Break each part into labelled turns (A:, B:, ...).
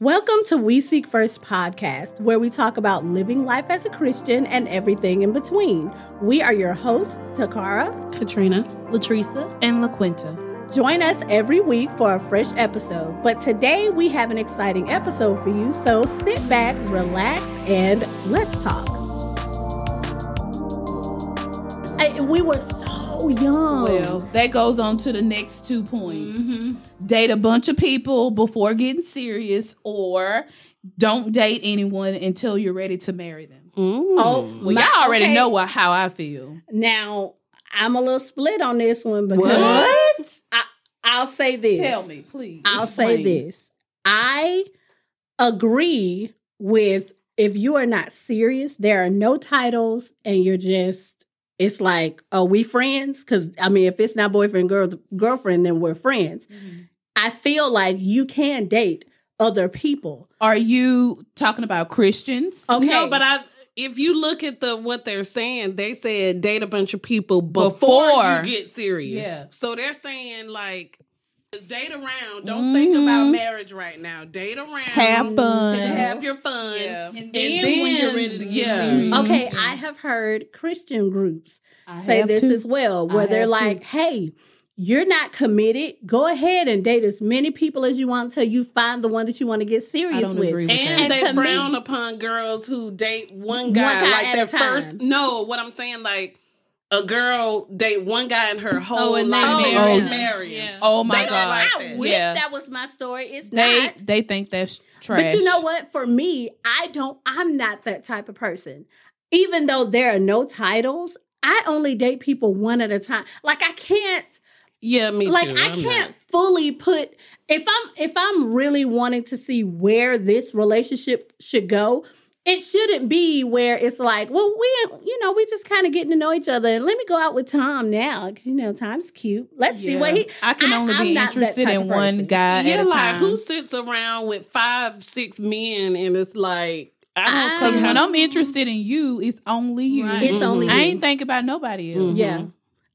A: Welcome to We Seek First podcast, where we talk about living life as a Christian and everything in between. We are your hosts, Takara.
B: Katrina, Latresa, and LaQuinta.
A: Join us every week for a fresh episode. But today we have an exciting episode for you, so sit back, relax, and let's talk. I, we were so young.
C: Well, that goes on to the next two points.
A: Mm-hmm.
C: Date a bunch of people before getting serious, or don't date anyone until you're ready to marry them.
A: oh,
C: Well,
A: my-
C: y'all already
A: okay.
C: know what, how I feel.
A: Now, I'm a little split on this one because
C: What?
A: I'll say this.
C: Tell me, please.
A: I'll say this. I agree with if you are not serious, there are no titles and you're just it's like, are we friends? Cause I mean, if it's not boyfriend, girl girlfriend, then we're friends. I feel like you can date other people.
C: Are you talking about Christians?
A: Okay.
B: No, but I. If you look at the what they're saying, they said date a bunch of people before,
C: Before.
B: you get serious.
C: Yeah.
B: So they're saying like, just date around. Don't think about
C: Mhm.
B: marriage right now. Date around.
A: Mm-hmm.
C: Have fun.
B: and Have your fun.
C: Yeah.
B: And,
C: then
B: then,
C: when
B: when
C: you're
B: you're
C: ready to get
B: yeah.
C: married. Mhm.
A: Okay, I have heard Christian groups
C: I
A: say
C: have
A: this
C: to.
A: as well, where
C: I
A: they're
C: have to.
A: like, hey, you're not committed. Go ahead and date as many people as you want until you find the one that you want to get serious
C: I don't
A: with.
C: agree Oh with
A: And
B: And,
C: that.
B: they
A: to
B: frown
A: me-
B: upon girls who date one
A: One
B: guy,
A: guy
B: like
A: at
B: their
A: a time.
B: first. No, what I'm saying, like a girl date one guy in her whole
D: Oh, and then
B: life,
A: marry
B: and
A: him.
B: she's married.
D: Yeah.
C: oh my
B: They don't
C: god!
B: like
A: I
B: that.
A: wish
C: Yeah.
A: that was my story. It's
C: they
A: not.
C: they think that's trash.
A: But you know what? For me, I don't. I'm not that type of person. Even though there are no titles, I only date people one at a time. Like I can't.
B: Yeah, me
A: like
B: too.
A: I
B: I'm
A: can't
B: not-
A: fully put. If I'm if I'm really wanting to see where this relationship should go, it shouldn't be where it's like, well, we you know we just kind of getting to know each other, and let me go out with Tom now 'cause, you know Tom's cute. Let's see what
C: Yeah.
A: he.
C: I can
A: I-
C: only
A: I'm
C: be
A: not that
C: interested
A: type
C: in
A: of
C: one
A: person.
C: guy
B: Yeah,
C: Uh, at a
B: like
C: time.
B: who sits around with five, six men, and it's like I don't
A: I-
B: see
C: Because
B: how
C: when I'm interested in you, it's only you.
D: Right.
A: It's only
C: I
A: you. Mm-hmm.
C: ain't think about nobody else.
B: Mhm.
A: Yeah.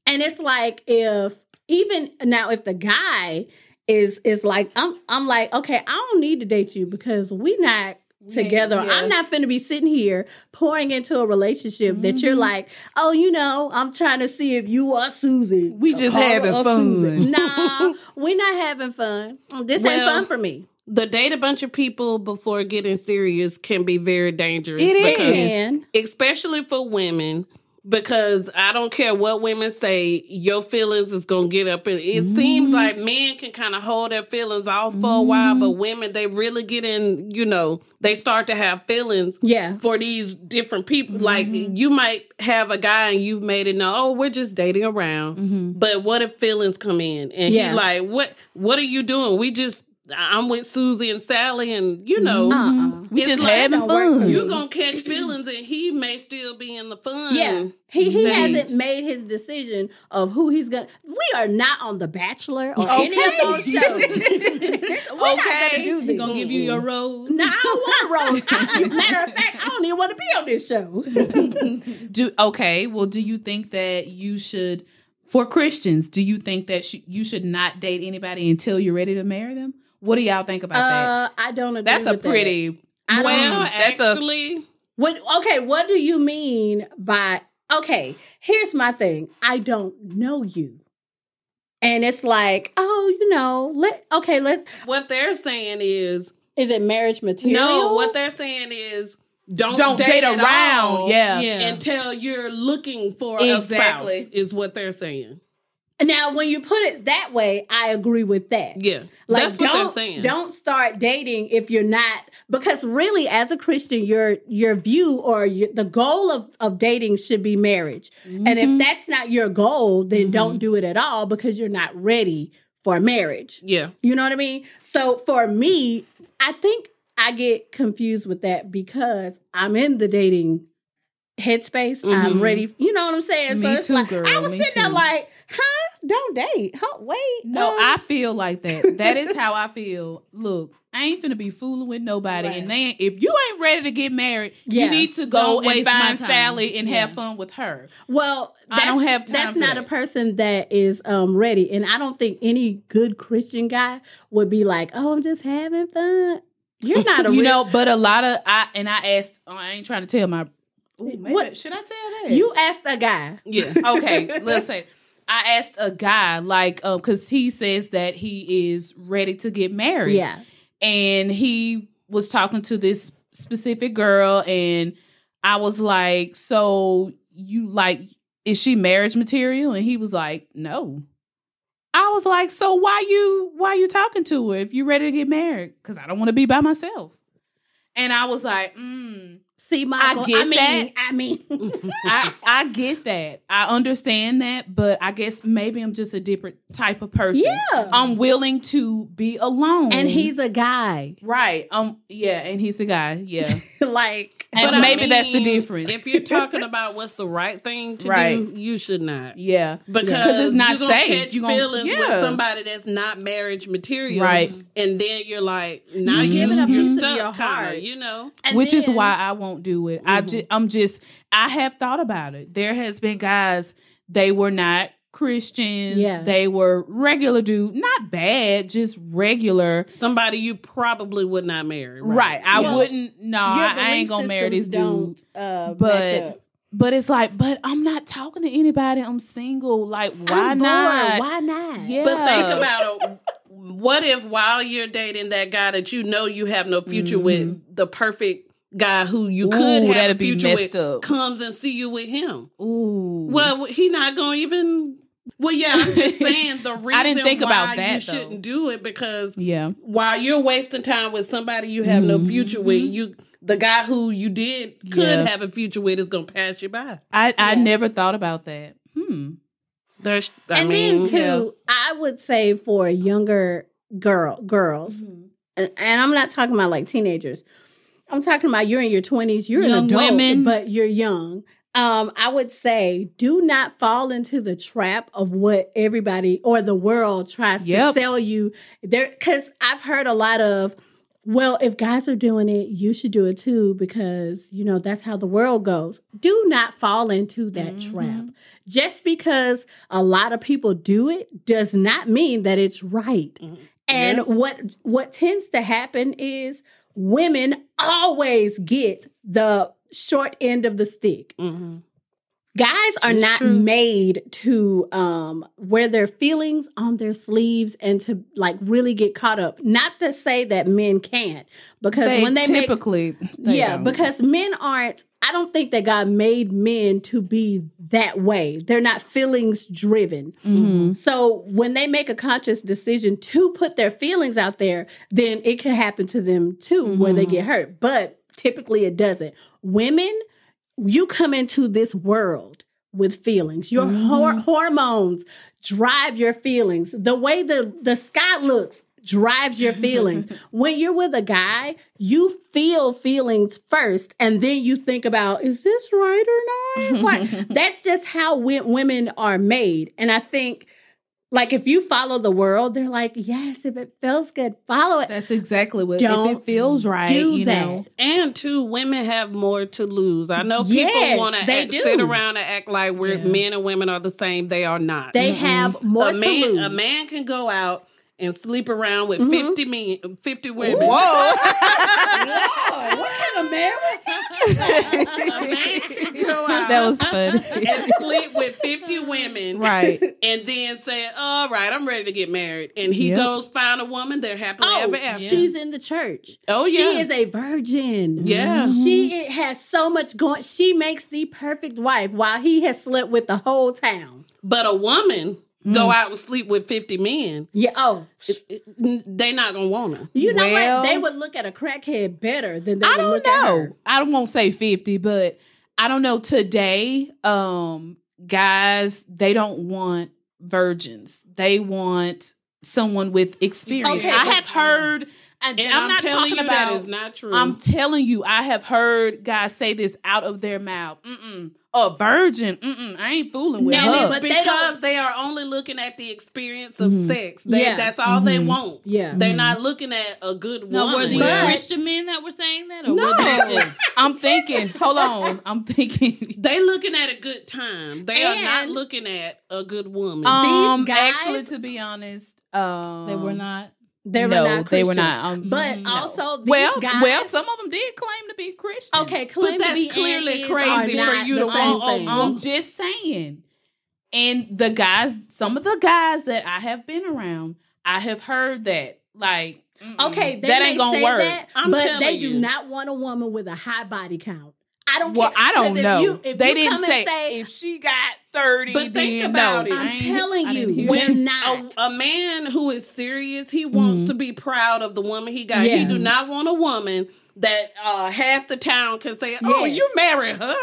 A: And it's like if even now if the guy is is like I'm I'm like, okay, I don't need to date you because we not together.
C: yeah.
A: I'm not finna be sitting here pouring into a relationship that you're
C: Mhm.
A: like, oh, you know, I'm trying to see if you are Susie.
C: We just
A: Takara
C: having
A: or
C: fun.
A: Susan. Nah, we're not having fun. This ain't
B: Well,
A: fun for me.
B: the date a bunch of people before getting serious can be very dangerous.
C: It is.
A: And
B: especially for women because I don't care what women say, your feelings is gonna get up and it seems
C: Mm-hmm.
B: like men can kind of hold their feelings off for a while, but women they really get in, you know, they start to have feelings
A: yeah.
B: for these different people. Like
C: Mm-hmm.
B: you might have a guy and you've made it know, oh, we're just dating around.
C: Mm-hmm.
B: But what if feelings come in? And
A: Yeah.
B: he like, what what are you doing? We just I- I'm with Susie and Sally and you know
A: Uh-uh.
C: Mm-hmm. We
B: It's
C: just
B: like-
C: having
A: Don't work for
C: fun.
A: me.
B: you're gonna catch feelings and he may still be in the fun.
A: Yeah, he he
B: Mm-hmm. stage.
A: hasn't made his decision of who he's gonna. We are not on The Bachelor or any of those shows. We're not gonna
B: Okay.
A: do
D: He
A: this.
D: gonna give you
A: Mm-hmm.
D: your rose.
A: no, I don't want to roll. I- Matter of fact, I don't even want to be on this show.
C: Do okay. Well, do you think that you should, for Christians, do you think that sh- you should not date anybody until you're ready to marry them? What do y'all think about that?
A: Uh, I don't agree.
C: That's a
A: with that.
C: pretty.
A: I don't-
B: Well,
C: Mm-hmm. that's a-
B: actually,
A: What? Okay, what do you mean by okay? Here's my thing. I don't know you, and it's like, oh, you know, let okay, let's.
B: what they're saying is
A: Is it marriage material?
B: no. What they're saying is don't
C: Don't date,
B: at
C: around.
B: all
C: Yeah.
B: until you're looking for
C: Exactly.
B: a spouse. Is what they're saying.
A: now, when you put it that way, I agree with that.
B: Yeah,
A: Like,
B: that's
A: don't,
B: what they're saying.
A: Don't start dating if you're not because really, as a Christian, your your view or your, the goal of of dating should be marriage. And
B: Mm-hmm.
A: if that's not your goal, then don't do it at all because you're not ready for marriage.
B: Yeah,
A: You know what I mean? So for me, I think I get confused with that because I'm in the dating headspace. I'm
B: Mhm.
A: ready. You know what I'm saying?
C: Mm-hmm. Me
A: so it's
C: too,
A: like I
C: girl.
A: was
C: Me
A: sitting there
C: too.
A: like, huh? Don't date. Huh? Wait.
C: No,
A: uh,
C: I feel like that. That is how I feel. Look, I ain't finna be fooling with nobody.
A: Right.
C: And then if you ain't ready to get married,
A: Yeah.
C: you need to go
D: Don't
C: and
D: waste my
C: find
D: time.
C: Sally and
D: Yeah.
C: have fun with her.
A: Well,
C: I don't
A: that's-
C: have time
A: That's
C: for
A: not
C: that.
A: a person that is um ready, and I don't think any good Christian guy would be like, "Oh, I'm just having fun." You're not a
C: you
A: real,
C: know, but a lot of I and I asked. Oh, I ain't trying to tell my. Ooh, maybe-
A: What-
C: should I tell that?
A: you asked a guy.
B: Yeah.
C: okay, listen. I asked a guy, like, because he says that he is ready to get married.
A: Yeah.
C: And he was talking to this specific girl, and I was like, So you like, is she marriage material? And he was like, No. I was like, so why you why you talking to her if you ready to get married? Because I don't want to be by myself. And I was like, mm,
A: See, Michael, I,
C: get
A: mean,
C: that.
A: I mean,
C: I, I get that. I understand that, but I guess maybe I'm just a different type of person.
A: yeah.
C: I'm willing to be alone.
A: and he's a guy.
C: right. Um yeah, and he's a guy. Yeah.
A: like,
C: And
B: I
C: maybe that's the
B: mean,
C: difference.
B: If you're talking about what's the right thing to
C: Right.
B: do, you should not.
C: yeah.
B: Because
C: it's not
B: you're gonna
C: safe.
B: Catch
C: You gonna-
B: feelings
C: yeah.
B: with somebody that's not marriage material,
C: Right. Mm-hmm.
B: And then you're like, now
C: You
B: you're,
C: give it a
B: you're
A: piece of
B: stuck,
A: your
B: kinda,
A: heart.
B: you know.
A: and
C: Which is
A: then-
C: why I won't do it.
A: Mm-hmm.
C: I ju- I'm just I have thought about it. There has been guys they were not Christians.
A: Yeah.
C: They were regular dude, not bad, just regular.
B: Somebody you probably would not marry,
C: Right. I
A: Well,
C: wouldn't no,
A: Your
C: I, I
A: belief
C: ain't gonna marry this
A: systems
C: dude.
A: Don't, uh, match
C: But
A: up.
C: But it's like, but I'm not talking to anybody. I'm single. Like, why
A: I'm bored.
C: not?
A: Why not?
C: Yeah.
B: But think about it. What if while you're dating that guy that you know you have no future with, the perfect guy who you could
C: Mm-hmm. Ooh,
B: have a
C: that'd be
B: future
C: messed
B: with
C: up. Mm-hmm.
B: comes and see you with him?
C: Ooh.
B: Well, he not gonna even. Well, yeah, I'm just saying the reason
C: I didn't think
B: why
C: about
B: you
C: that, though.
B: shouldn't do it because
C: yeah.
B: while you're wasting time with somebody you have no future with, you the guy who you did could
C: Mm-hmm. Yeah.
B: have a future with is gonna pass you by.
C: I, I
A: Yeah.
C: never thought about that. Hmm.
B: There's, I
A: and
B: mean,
A: then too,
C: yeah.
A: I would say for younger girl girls,
C: Mm-hmm.
A: and, and I'm not talking about like teenagers. I'm talking about you're in your 20s, you're
C: Young
A: an adult,
C: women.
A: but you're young. Um, I would say do not fall into the trap of what everybody or the world tries
C: Yep.
A: to sell you. There, because I've heard a lot of, well, if guys are doing it, you should do it too because you know that's how the world goes. Do not fall into that
C: Mm-hmm.
A: trap. Just because a lot of people do it does not mean that it's right.
B: Mm-hmm.
A: And what what tends to happen is women always get the short end of the stick.
C: Mm-hmm.
B: mhm.
A: Guys are
B: It's
A: not
B: true.
A: made to um, wear their feelings on their sleeves and to like really get caught up. Not to say that men can't, because
C: They
A: when they make
C: typically, they
A: yeah,
C: don't.
A: because men aren't. I don't think that God made men to be that way. They're not feelings driven.
C: Mhm.
A: So when they make a conscious decision to put their feelings out there, then it can happen to them too, where they get hurt. But typically it doesn't. Women, you come into this world with feelings. Your hor- hormones drive your feelings. The way the, the sky looks drives your feelings. when you're with a guy, you feel feelings first and then you think about, is this right or not? Like, that's just how we- women are made. And I think, like, if you follow the world, they're like, yes, if it feels good, follow it.
C: that's exactly what if
A: Don't
C: it feels right.
A: do
C: you
A: that.
C: know,
B: And two, women have more to lose. I know people
A: Yes,
B: want to
A: they do.
B: sit around and act like we're
C: Yeah.
B: men and women are the same. They are not.
A: They have more
B: a man,
A: to lose.
B: A man can go out and sleep around with
C: Mm-hmm.
A: Mhm.
B: fifty men, fifty women.
C: Oh.
A: Lord, what kind of man we're talking
B: a man can go out
C: that was funny.
B: and sleep with fifty women,
C: right.
B: And then say, "All right, I'm ready to get married." And he
C: Yep.
B: goes find a woman. They're happily ever
A: Oh,
B: after.
A: she's in the church.
B: Oh,
A: She
B: yeah.
A: is a virgin.
B: Yeah.
C: Mm-hmm.
A: She it has so much going. She makes the perfect wife while he has slept with the whole town.
B: but a woman go
C: Mm.
B: out and sleep with fifty men.
A: Yeah. Oh,
B: They not gonna want her.
A: you know
C: Mm. Well-
A: what? They would look at a crackhead better than they
C: I
A: would
C: don't
A: look at her.
C: know. I don't won't say fifty, but I don't know today. Um, guys, they don't want virgins. They want someone with experience.
A: Okay.
C: I have heard. And,
B: And
C: I'm, not
B: telling
C: talking
B: you
C: about.
B: that is not true.
C: I'm telling you, I have heard guys say this out of their mouth. Mm-mm. A virgin. Mm-mm. I ain't fooling with
A: No,
B: and
C: her.
B: it's
A: but they
B: because
A: don't- Mm-hmm.
B: they, are only looking at the experience of sex. They,
A: Yeah. Mm-hmm.
B: That's all they want.
A: Yeah.
B: They're not looking at a good
D: Now, were
B: woman.
D: these
A: But-
D: Christian men that were saying that? Or
B: No.
D: were they just,
C: I'm thinking, hold on. I'm thinking.
B: they looking at a good time. They are not
A: And-
B: looking at a good woman.
C: Um,
A: guys-
C: actually, to be honest, um,
D: they were not.
A: They were
C: no,
A: not
C: they were
A: Christians.
C: not. Um,
A: But
C: no.
A: also, these
C: well,
A: guys,
C: well, some of them did claim to be Christians.
A: okay,
B: But
A: claim to
B: that's
A: be
B: clearly
A: atheists
B: crazy
A: are
B: for
A: not
B: you
A: the
B: to
A: same
B: want
A: thing.
C: I'm just saying. And the guys, some of the guys that I have been around, I have heard that like, mm-mm,
A: Okay, they
C: that
A: may
C: ain't gonna
A: say
C: work.
A: That,
B: I'm
A: but
B: telling
A: they do
B: you.
A: not want a woman with a high body count. I don't.
C: Well,
A: care.
C: I
A: 'Cause
C: don't
A: if
C: know.
A: you- if
C: they
A: you
C: didn't
A: come and
C: say, if she got thirty.
B: But think
C: then
B: about
C: no.
B: it.
C: I
A: I'm
C: ain't- I
A: telling
C: didn't
A: you,
C: hear Oh,
A: we're
C: that.
A: not.
B: a, a man who is serious, he wants
C: Mhm.
B: to be proud of the woman he got.
A: Mm-hmm. Yeah.
B: He do not want a woman that uh, half the town can say, "Oh,
A: Yes.
B: you married her,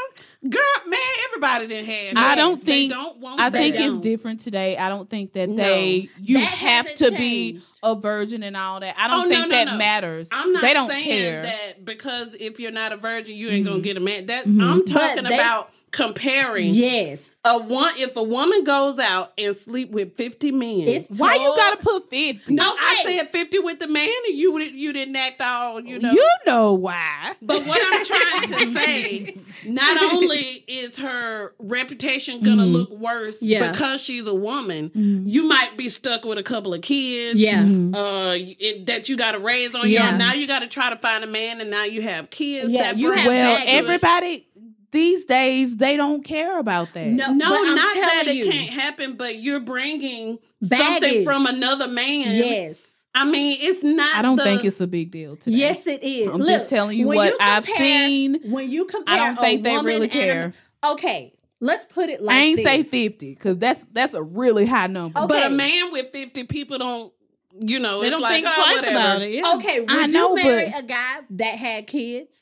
B: girl, man." Everybody didn't have.
C: I
B: that.
C: don't
B: They
C: think-
B: don't want
C: I
B: that.
C: think
A: They
C: it's
A: don't.
C: different today. I don't think that
B: No.
C: they you
A: That
C: have to
A: hasn't
C: be
A: changed.
C: a virgin and all that. I don't
B: Oh, no,
C: think
B: no,
C: that
B: no.
C: matters.
B: I'm not
C: they don't
B: saying
C: care.
B: that because if you're not a virgin, you ain't gonna
C: Mhm.
B: get a man. That
C: Mhm.
B: I'm
C: But
B: talking
A: they-
B: about comparing
A: Yes,
B: a one. If a woman goes out and sleep with fifty men,
A: it's
C: Why you
A: told-
C: gotta put fifty?
B: no, I
A: Okay.
B: said fifty with the man, and you didn't- you didn't act all you know.
C: you know why.
B: But what I'm trying to say, not only is her reputation gonna
C: Mhm.
B: look worse
A: Yeah.
B: because she's a woman, you might be stuck with a couple of kids.
A: Yeah,
C: Mm-hmm. Mm.
B: Uh, it, that you got to raise on your
A: Yeah.
B: own. Now you got to try to find a man, and now you have kids.
A: Yeah,
B: that
A: you
B: bring
A: have
C: Well,
A: baggage.
C: everybody these days they don't care about that.
A: No.
B: No,
A: But I'm
B: not that
A: telling
B: it
A: you.
B: can't happen, but you're bringing
A: Baggage.
B: something from another man.
A: yes,
B: I mean, it's not.
C: I don't
B: the-
C: think it's a big deal today.
A: yes, it is.
C: I'm
A: Look,
C: just telling you
A: when
C: what I've
A: compare-
C: seen.
A: When you compare,
C: I don't
A: a
C: think they
A: woman and
C: really
A: a-
C: care.
A: okay, let's put it like
C: I ain't
A: this.
C: say fifty because that's that's a really high number.
A: Okay.
B: But a man with 50 people don't, you know,
D: They
B: it's
D: don't
B: like,
D: think
B: oh,
D: twice
B: whatever.
D: about it. Yeah.
A: Okay, would
C: I know,
A: you marry
C: but-
A: a guy that had kids?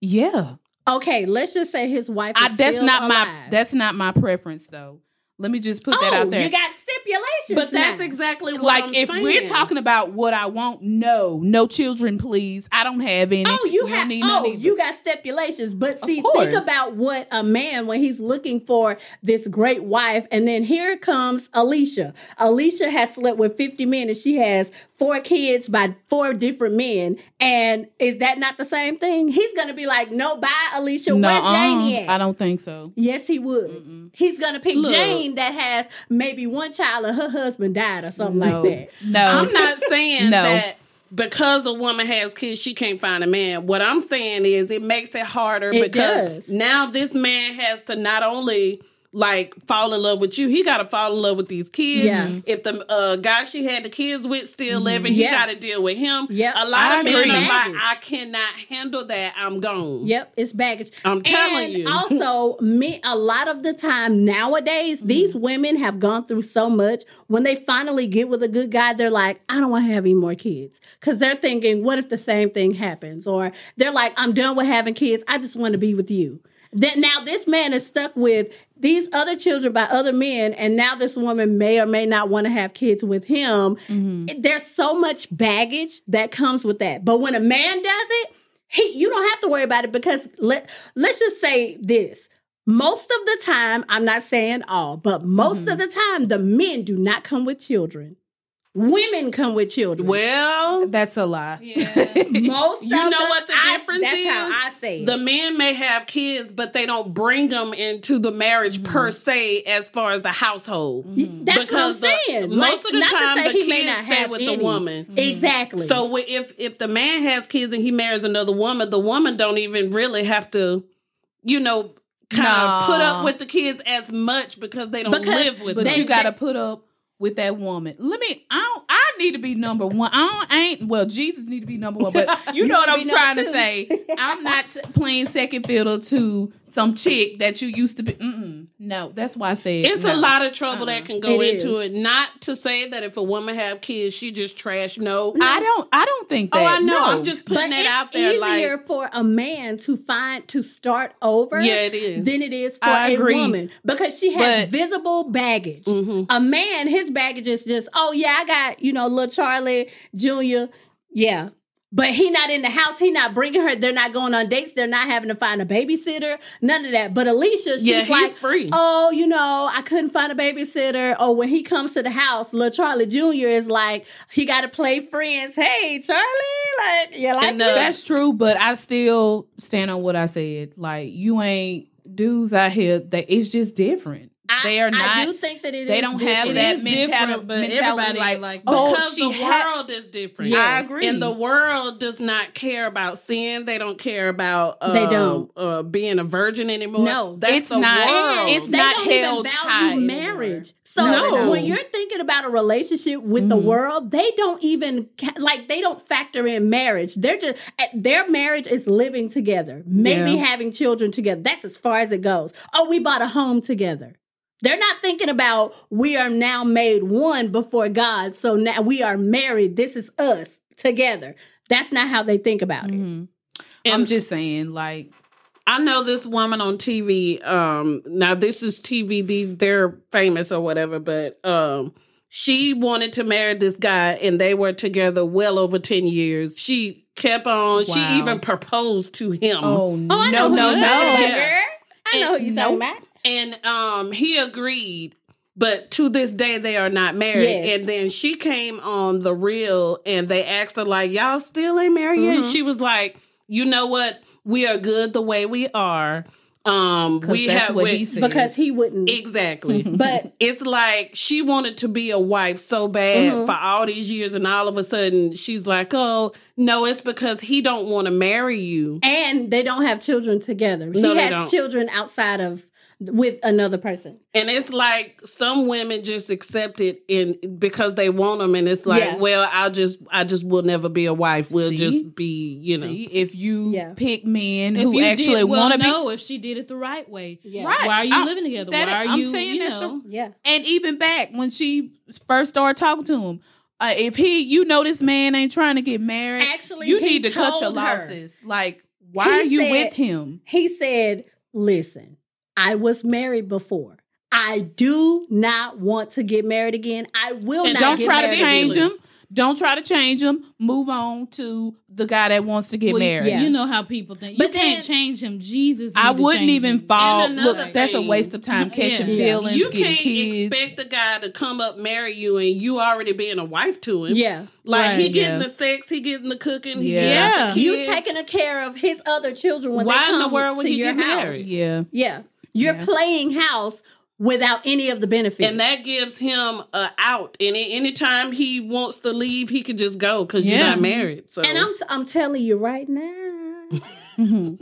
C: Yeah,
A: Okay, let's just say his wife.
C: I,
A: is
C: that's
A: still
C: not my
A: alive.
C: that's not my preference though. Let me just put that
A: Oh,
C: out there.
A: You got stipulations,
B: But that's
A: now.
B: exactly what
C: like
B: I'm
C: if
B: saying.
C: we're talking about what I want, no, no children, please. I don't have any.
A: Oh, you
C: don't
A: have.
C: need
A: Oh,
C: none either.
A: you got stipulations. But see, think
C: course.
A: about what a man when he's looking for this great wife, and then here comes Alicia. Alicia has slept with fifty men, and she has four kids by four different men. And is that not the same thing? He's gonna be like, "No, bye, Alicia. Where
C: Nuh-uh.
A: Janie at?"
C: uh-uh. I don't think so.
A: Yes, he would.
C: Mm-mm.
A: He's gonna pick
B: Look.
A: Jane that has maybe one child and her husband died or something
C: No.
A: like that.
C: No,
B: I'm not saying
C: No.
B: that because a woman has kids, she can't find a man. What I'm saying is it makes it harder
A: It
B: because
A: does.
B: now this man has to not only like fall in love with you, he got to fall in love with these kids.
A: Yeah. Mm-hmm.
B: If the uh, guy she had the kids with still living,
A: Yeah.
B: he got to deal with him.
A: Yep.
B: A lot
C: I
B: of men
C: agree.
B: are like,
A: Baggage.
B: I cannot handle that. I'm gone.
A: Yep, it's baggage.
B: I'm telling
A: and
B: you.
A: also, me a lot of the time nowadays,
B: Mm-hmm.
A: these women have gone through so much. When they finally get with a good guy, they're like, I don't want to have any more kids. Cause they're thinking, what if the same thing happens? Or they're like, I'm done with having kids. I just want to be with you. That now this man is stuck with these other children by other men, and now this woman may or may not want to have kids with him.
B: Mm-hmm.
A: There's so much baggage that comes with that. But when a man does it, he you don't have to worry about it because let let's just say this most of the time i'm not saying all but most
B: Mm-hmm.
A: of the time the men do not come with children women come with children
B: Well,
C: That's a lie.
D: Yeah.
A: most
B: You
A: of
B: know what the
A: I-
B: difference
A: that's how
B: is?
A: i say it.
B: The men may have kids, but they don't bring them into the marriage per
A: Mm-hmm.
B: se as far as the household.
A: that's what i'm
B: the-
A: saying
B: mm-hmm. uh, most of the
A: not to
B: time,
A: say
B: the
A: he may
B: kids
A: not
B: stay
A: have
B: with
A: any.
B: the woman.
A: exactly
B: So wi- if if the man has kids and he marries another woman, the woman don't even really have to, you know, kind
C: Nah.
B: of put up with the kids as much because they don't
A: Because-
B: live with
C: But
A: They-
B: them.
C: you got to put up with that woman. Let me. I don't, I need to be number one. I don't, ain't well. Jesus need to be number one, but you know what I'm
A: be
C: trying
A: number
C: to
A: two.
C: say. I'm not t- playing second fiddle to some chick that you used to be. Mm-mm. No, that's why I said
B: It's a
C: no.
B: lot of trouble that can go
A: Uh-uh. It
B: into
A: is.
B: it. Not to say that if a woman have kids, she just trash. No,
C: I don't. I don't think that.
B: Oh, I know.
C: No.
B: I'm just putting
A: but
B: that
A: it's
B: out there.
A: easier
B: Like,
A: for a man to find to start over
B: yeah, it is.
A: than it is for
C: I
A: a
C: agree.
A: woman because she has
C: But-
A: visible baggage.
B: Mhm.
A: A man, his baggage is just, oh yeah, I got you know little Charlie Junior, yeah. But he not in the house. He not bringing her. They're not going on dates. They're not having to find a babysitter. None of that. But Alicia, she's
B: yeah, he's
A: like,
B: free.
A: oh, you know, I couldn't find a babysitter. Or when he comes to the house, little Charlie Junior is like, he got to play friends. Hey, Charlie, like you like
B: And, uh,
A: me?
C: That's true, but I still stand on what I said. Like you ain't dudes out here that it's just different.
A: I,
C: They are
A: I
C: not-
A: do think that it
C: they
A: is
C: don't
A: different.
C: have
A: It
C: that
A: is
C: mentality-
D: different, but
C: mentality,
D: everybody
C: like,
D: like
C: oh,
D: that.
B: because
C: she
B: the
C: ha-
B: world is different.
C: Yes.
B: I
C: I
B: agree.
C: agree.
B: And the world does not care about sin. They don't care about uh,
A: They don't.
B: uh, being a virgin anymore.
A: No.
B: that's
C: It's
B: the
C: not-
B: World.
C: it's
A: they
C: not
A: don't even
C: held
A: value
C: high anymore.
A: marriage. So
B: No, they don't.
A: when you're thinking about a relationship with the
C: Mhm.
A: world, they don't even ca- like they don't factor in marriage. They're just eh, their marriage is living together, maybe
B: Yeah.
A: having children together. That's as far as it goes. Oh, we bought a home together. They're not thinking about we are now made one before God. So now we are married. This is us together. That's not how they think about it.
C: Mhm. I'm
B: And-
C: just saying, like,
B: I know this woman on TV. Um, now this is TV. the- They're famous or whatever, but um, she wanted to marry this guy, and they were together well over ten years. She kept on. She
C: Wow.
B: even proposed to him.
C: oh,
A: Oh, I know
C: no, no,
A: who you're
C: no,
A: talking about,
B: Yeah.
A: girl. I know who you're talking about.
B: and um he agreed but to this day they are not married
A: Yes.
B: and then she came on the real and they asked her like y'all still ain't married yet and
C: Mm-hmm.
A: Mhm.
B: she was like you know what we are good the way we are um
C: 'Cause
B: we
C: that's
B: have
C: what
B: we-
C: he said. Mm-hmm.
A: Because he wouldn't.
B: exactly
A: but
B: it's like she wanted to be a wife so bad
C: Mm-hmm.
A: Mhm.
B: for all these years and all of a sudden she's like oh no it's because he don't want to marry you
A: and they don't have children together.
B: No,
A: he
B: they
A: has
B: don't.
A: children outside of with another person.
B: And it's like some women just accept it in because they want them, and it's like,
A: Yeah.
B: well, I'll just, I just will never be a wife. We'll
C: See?
B: just be, you know.
C: See, if you
A: Yeah.
C: pick men
D: If
C: who
D: you
C: actually
D: did, well,
C: want to be
D: know if she did it the right way.
A: Yeah.
C: Right.
D: Why are you
C: I-
D: living together?
C: that-
D: Why are
C: I'm
D: you?
C: saying
D: you
C: that's the-
D: know,
A: Yeah.
C: and even back when she first started talking to him uh, if he you know this man ain't trying to get married
A: Actually,
C: you
A: he
C: need to cut your
A: told her.
C: losses like why
A: He
C: are you
A: said-
C: with him
A: He said, "Listen, I was married before. I do not want to get married again. I will
B: And
A: not.
C: don't
A: get
C: try to
A: married
C: change
A: again."
C: him don't try to change him move on to the guy that wants to get
D: well,
C: married
A: yeah.
D: You know how people think. You
A: But
D: can't
A: then-
D: change him. Jesus.
C: i
D: need to
C: wouldn't
D: change
C: even
D: him.
C: fall
B: And
C: look
B: another
C: that's a
B: thing.
C: waste of time catching
D: Yeah.
C: feelings
B: You
C: getting
B: can't
C: kids
B: expect a guy to come up marry you, and you already being a wife to him.
A: Yeah.
B: like he
C: Right,
B: getting
C: yeah.
B: the sex, he getting the cooking, he
C: Yeah.
B: yeah. getting the
A: You
B: kids.
A: taking a care of his other children when
B: Why
A: they
B: in
A: come
B: the world would
A: to
B: he
A: your
B: get
A: house.
B: married?
C: yeah
A: Yeah, you're
C: Yeah.
A: playing house without any of the benefits,
B: and that gives him a out. And a- anytime he wants to leave, he can just go because you're
D: Yeah.
B: not married. So
A: And I'm I'm telling you right now, Mm-hmm.
C: Mhm.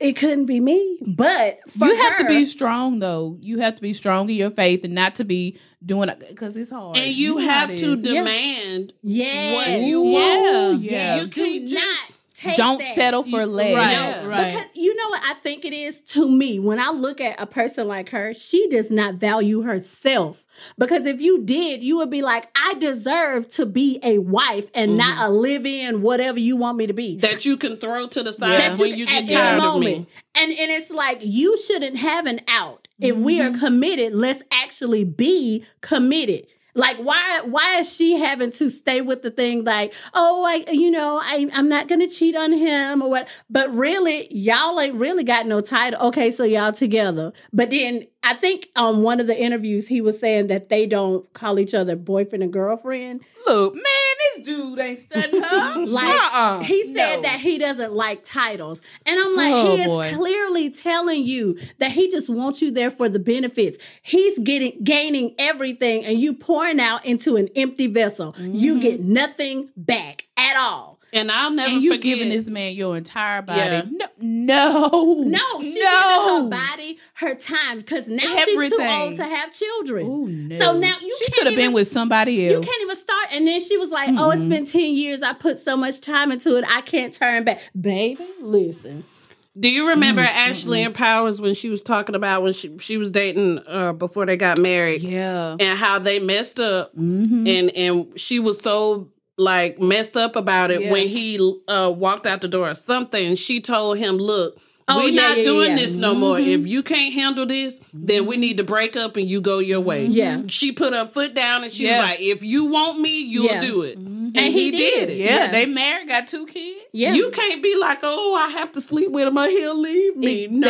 A: it couldn't be me. But for
C: you have to
A: her-
C: be strong though you have to be strong in your faith and not to be doing it because it's hard
B: and you,
C: know how
B: have
C: it
B: to
C: is.
B: demand
A: yes.
B: what you
C: Ooh,
B: want.
C: yeah.
B: You
A: do
B: can't
A: not
B: just-
A: take
C: don't
A: that.
C: settle for
D: You-
C: less.
B: Yeah.
D: Right.
A: Because
D: Right.
A: you know what I think it is to me when I look at a person like her, she does not value herself. Because if you did, you would be like, I deserve to be a wife and
C: Mm-hmm.
A: not a live in whatever you want me to be.
B: that you can throw to the side
C: Yeah. That
A: you
B: when you
A: can-
B: get
A: at that
B: tired of me.
A: moment. And and it's like you shouldn't have an out. If we
B: Mm-hmm.
A: are committed, let's actually be committed. Like why why is she having to stay with the thing like, oh, I you know, I I'm not gonna cheat on him or what but really y'all ain't really got no title. Okay, so y'all together. But then I think on one of the interviews he was saying that they don't call each other boyfriend and girlfriend.
C: Look, man, this dude ain't studying her.
A: Like,
C: Nuh-uh.
A: He said
C: No.
A: that he doesn't like titles. And I'm like,
C: Oh,
A: he is
C: boy.
A: clearly telling you that he just wants you there for the benefits. He's getting gaining everything and you pouring out into an empty vessel.
C: Mm-hmm.
A: You get nothing back at all.
B: And I'll never
C: and you
B: forget.
C: giving this man your entire body.
B: Yeah.
C: No, no,
A: No, she's giving her body her time because now she's too
C: Everything.
A: old to have children.
C: Ooh, no.
A: So now you
C: she
A: can't
C: could have
A: even-
C: been with Mm-hmm. somebody else.
A: You can't even start. And then she was like, Oh, it's been 10 years. I put so much time into it. I can't turn back. Baby, listen.
B: Do you remember Ashley and Powers when she was talking about when she she was dating uh, before they got married
C: Yeah.
B: and how they messed up
C: Mm-hmm.
B: and and she was so like messed up about it
C: Yeah.
B: when he uh, walked out the door or something. She told him, "Look."
A: Oh,
B: We're
A: yeah,
B: not
A: yeah,
B: doing
A: yeah.
B: this no more. If you can't handle this, then we need to break up and you go your way.
A: Yeah.
B: She put her foot down and she
C: Yeah.
B: was like, if you want me, you'll
A: Yeah.
B: do it. And he, did. it.
C: Yeah,
A: Yeah.
C: they married, got two kids.
A: Yeah.
B: You can't be like, oh, I have to sleep with him or he'll leave me.
A: It-
B: No.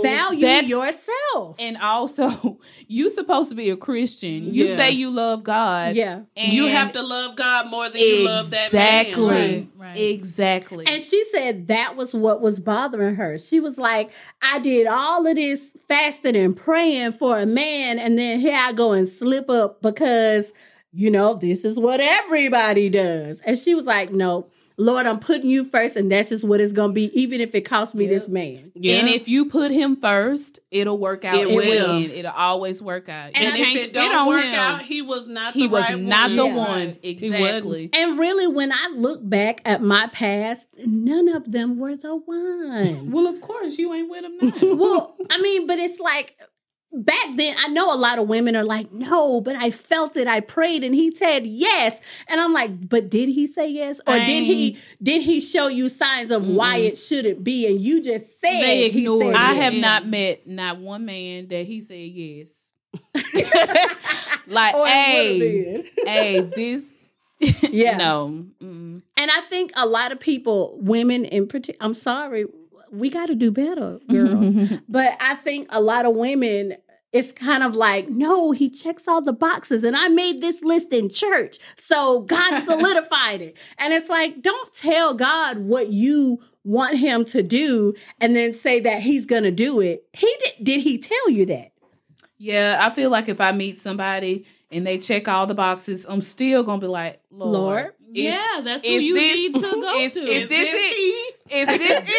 A: That's value
C: that's-
A: yourself.
C: And also, you supposed to be a Christian. You
B: Yeah.
C: say you love God.
A: yeah.
C: and
B: you have to love God more than you love that man.
C: Exactly.
D: Right, right.
C: exactly.
A: And she said that was what was bothering her. She was like, I did all of this fasting and praying for a man, and then here I go and slip up because, you know, this is what everybody does. And she was like, No, Lord, I'm putting you first, and that's just what it's going to be, even if it costs me this man.
B: Yeah.
C: And if you put him first, it'll work out.
B: It
C: in the
B: will.
C: end. It'll always work out.
A: And
C: You
B: And
A: I
C: can't
B: if it
C: spit
B: don't
C: on
B: work
C: him.
B: out, he was not the
C: he was
B: right
C: not
B: one.
C: the
A: Yeah.
C: one.
B: He wasn't.
C: Exactly.
A: And really, when I look back at my past, none of them were the one.
C: Well, of course, you ain't with him now.
A: well, I mean, but it's like back then, I know a lot of women are like, no, but I felt it. I prayed and he said yes. And I'm like, but did he say yes? Or did he did he show you signs of why
C: Mm-mm.
A: it shouldn't be? And you just said
D: They
A: he
D: ignored
A: said
D: it.
C: I have
D: Yeah.
C: not met not one man that he said yes.
A: yes.
C: Like,
A: Or
C: hey,
A: it would've been.
C: hey, this.
A: Yeah.
C: No. Mm-mm.
A: And I think a lot of people, women in particular, I'm sorry, we got to do better, girls. But I think a lot of women, it's kind of like, no, he checks all the boxes. And I made this list in church. So God solidified it. And it's like, don't tell God what you want him to do and then say that he's going to do it. He did, did he tell you that?
C: Yeah, I feel like if I meet somebody and they check all the boxes, I'm still gonna be like, Lord,
A: Lord?
C: is-
D: yeah, that's who
C: is
D: you
C: this-
D: need to go
C: is-
D: to.
C: is this
B: it?
C: Is this it?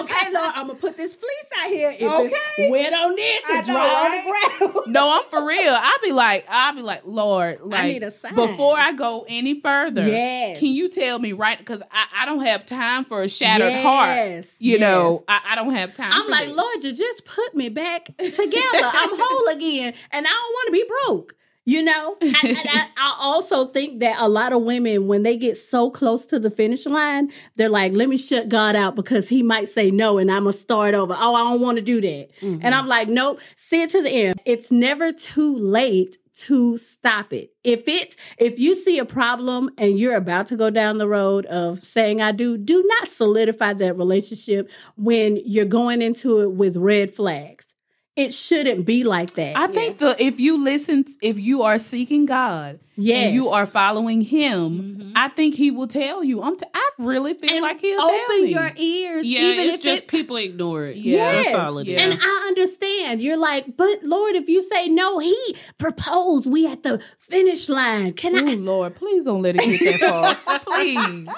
A: okay, Lord, I'm going to put this fleece out here. If
C: Okay.
A: it's wet on this
C: I
A: and
C: know,
A: dry on the ground.
C: No, I'm for real. I'll be like, I'll be like, Lord, like
A: I need a sign.
C: before I go any further,
A: Yes.
C: can you tell me right? Because I, I don't have time for a shattered
A: Yes,
C: heart. You
A: yes.
C: know, I, I don't have time.
A: I'm
C: for
A: like,
C: this.
A: Lord, you just put me back together. I'm whole again, and I don't want to be broke. You know, and, and I, I also think that a lot of women, when they get so close to the finish line, they're like, "Let me shut God out because He might say no, and I'm gonna start over." Oh, I don't want to do that,
C: Mm-hmm.
A: and I'm like, "Nope, see it to the end. It's never too late." to stop it if it's if you see a problem and you're about to go down the road of saying i do do not solidify that relationship when you're going into it with red flags. It shouldn't be like that.
C: I think the if you listen, if you are seeking God
A: yes. Mm-hmm.
C: and you are following Him,
D: Mhm.
C: I think He will tell you. I'm. T- I really feel
A: And
C: like He'll tell
A: open
C: me.
A: your ears,
B: Yeah,
A: even
B: it's
A: if
B: just
A: it,
B: people ignore it.
C: Yeah.
B: That's all it is.
C: Yeah.
A: And I understand. You're like, but Lord, if you say no, he proposed. We at the finish line. Can
C: Oh
A: I?
C: Lord, please don't let it get that far. please.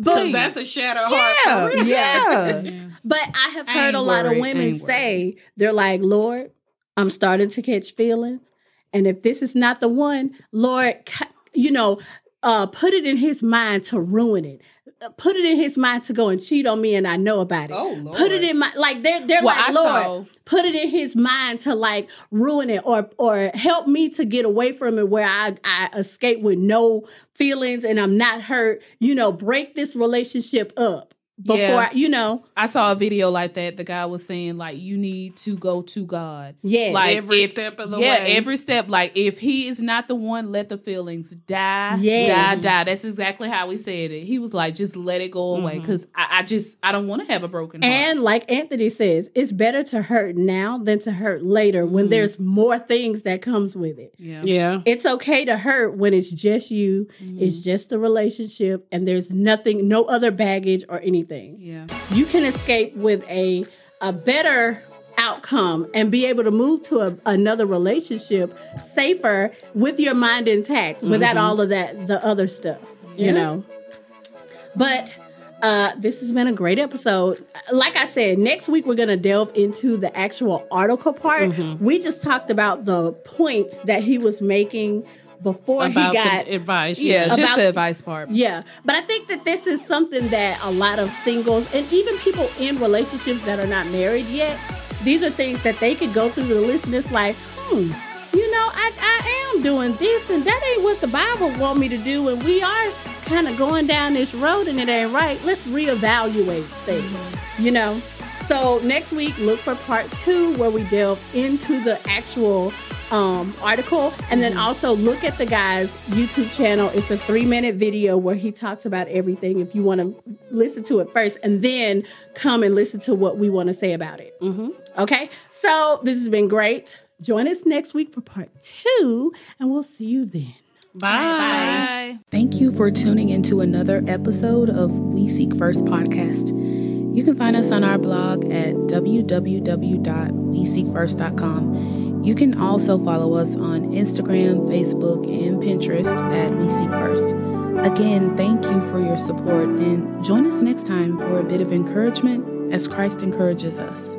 A: But
B: That's a shattered
C: Yeah.
B: heart. for real.
C: Yeah.
D: Yeah.
A: But I have
C: I
A: heard
C: ain't
A: a lot
C: worried.
A: of
C: I
A: women
C: ain't worried.
A: say they're like, Lord, I'm starting to catch feelings, and if this is not the one, Lord, ca- you know, uh, put it in His mind to ruin it. Uh, Put it in His mind to go and cheat on me, and I know about it.
C: Oh Lord.
A: Put it in my like they're they're
C: Well,
A: like
C: I
A: Lord,
C: saw-
A: put it in his mind to like ruin it or or help me to get away from it where I I escape with no feelings and I'm not hurt. You know, break this relationship up before
C: Yeah.
A: I- you know.
C: I saw a video like that. The guy was saying like, you need to go to God.
A: Yeah,
C: Like,
B: Every
C: if-
B: step of the
C: yeah,
B: way.
C: every step. Like if he is not the one, let the feelings die,
A: Yes.
C: die, die. That's exactly how he said it. He was like, just let it go away
B: Mhm.
C: because I, I just I don't want to have a broken heart.
A: And like Anthony says, it's better to hurt now than to hurt later when
C: Mhm.
A: there's more things that comes with it.
C: yeah,
B: yeah.
A: It's okay to hurt when it's just you,
C: Mhm.
A: it's just the relationship and there's nothing no other baggage or anything.
C: yeah.
A: You can escape with a a better outcome and be able to move to a, another relationship safer with your mind intact without
B: Mm-hmm.
A: all of that the other stuff, you know. But uh, this has been a great episode. Like I said, next week we're going to delve into the actual article part.
B: Mm-hmm.
A: We just talked about the points that he was making before
B: About
A: he got.
B: the advice.
C: Yeah,
B: Yeah.
C: just
A: About-
C: the advice part.
A: yeah, but I think that this is something that a lot of singles and even people in relationships that are not married yet, these are things that they could go through the list and it's like, hmm, you know, I, I am doing this and that ain't what the Bible want me to do, and we are kind of going down this road and it ain't right. Let's reevaluate things, you know. So next week, look for part two where we delve into the actual um, article. And then also look at the guy's YouTube channel. It's a three minute video where he talks about everything if you want to listen to it first and then come and listen to what we want to say about it.
E: Mm-hmm.
A: Okay, so this has been great. Join us next week for part two, and we'll see you then.
E: Bye.
F: Bye.
C: Thank you for tuning into another episode of We Seek First podcast. You can find us on our blog at www.weseekfirst.com. You can also follow us on Instagram, Facebook, and Pinterest at We Seek First. Again, thank you for your support and join us next time for a bit of encouragement as Christ encourages us.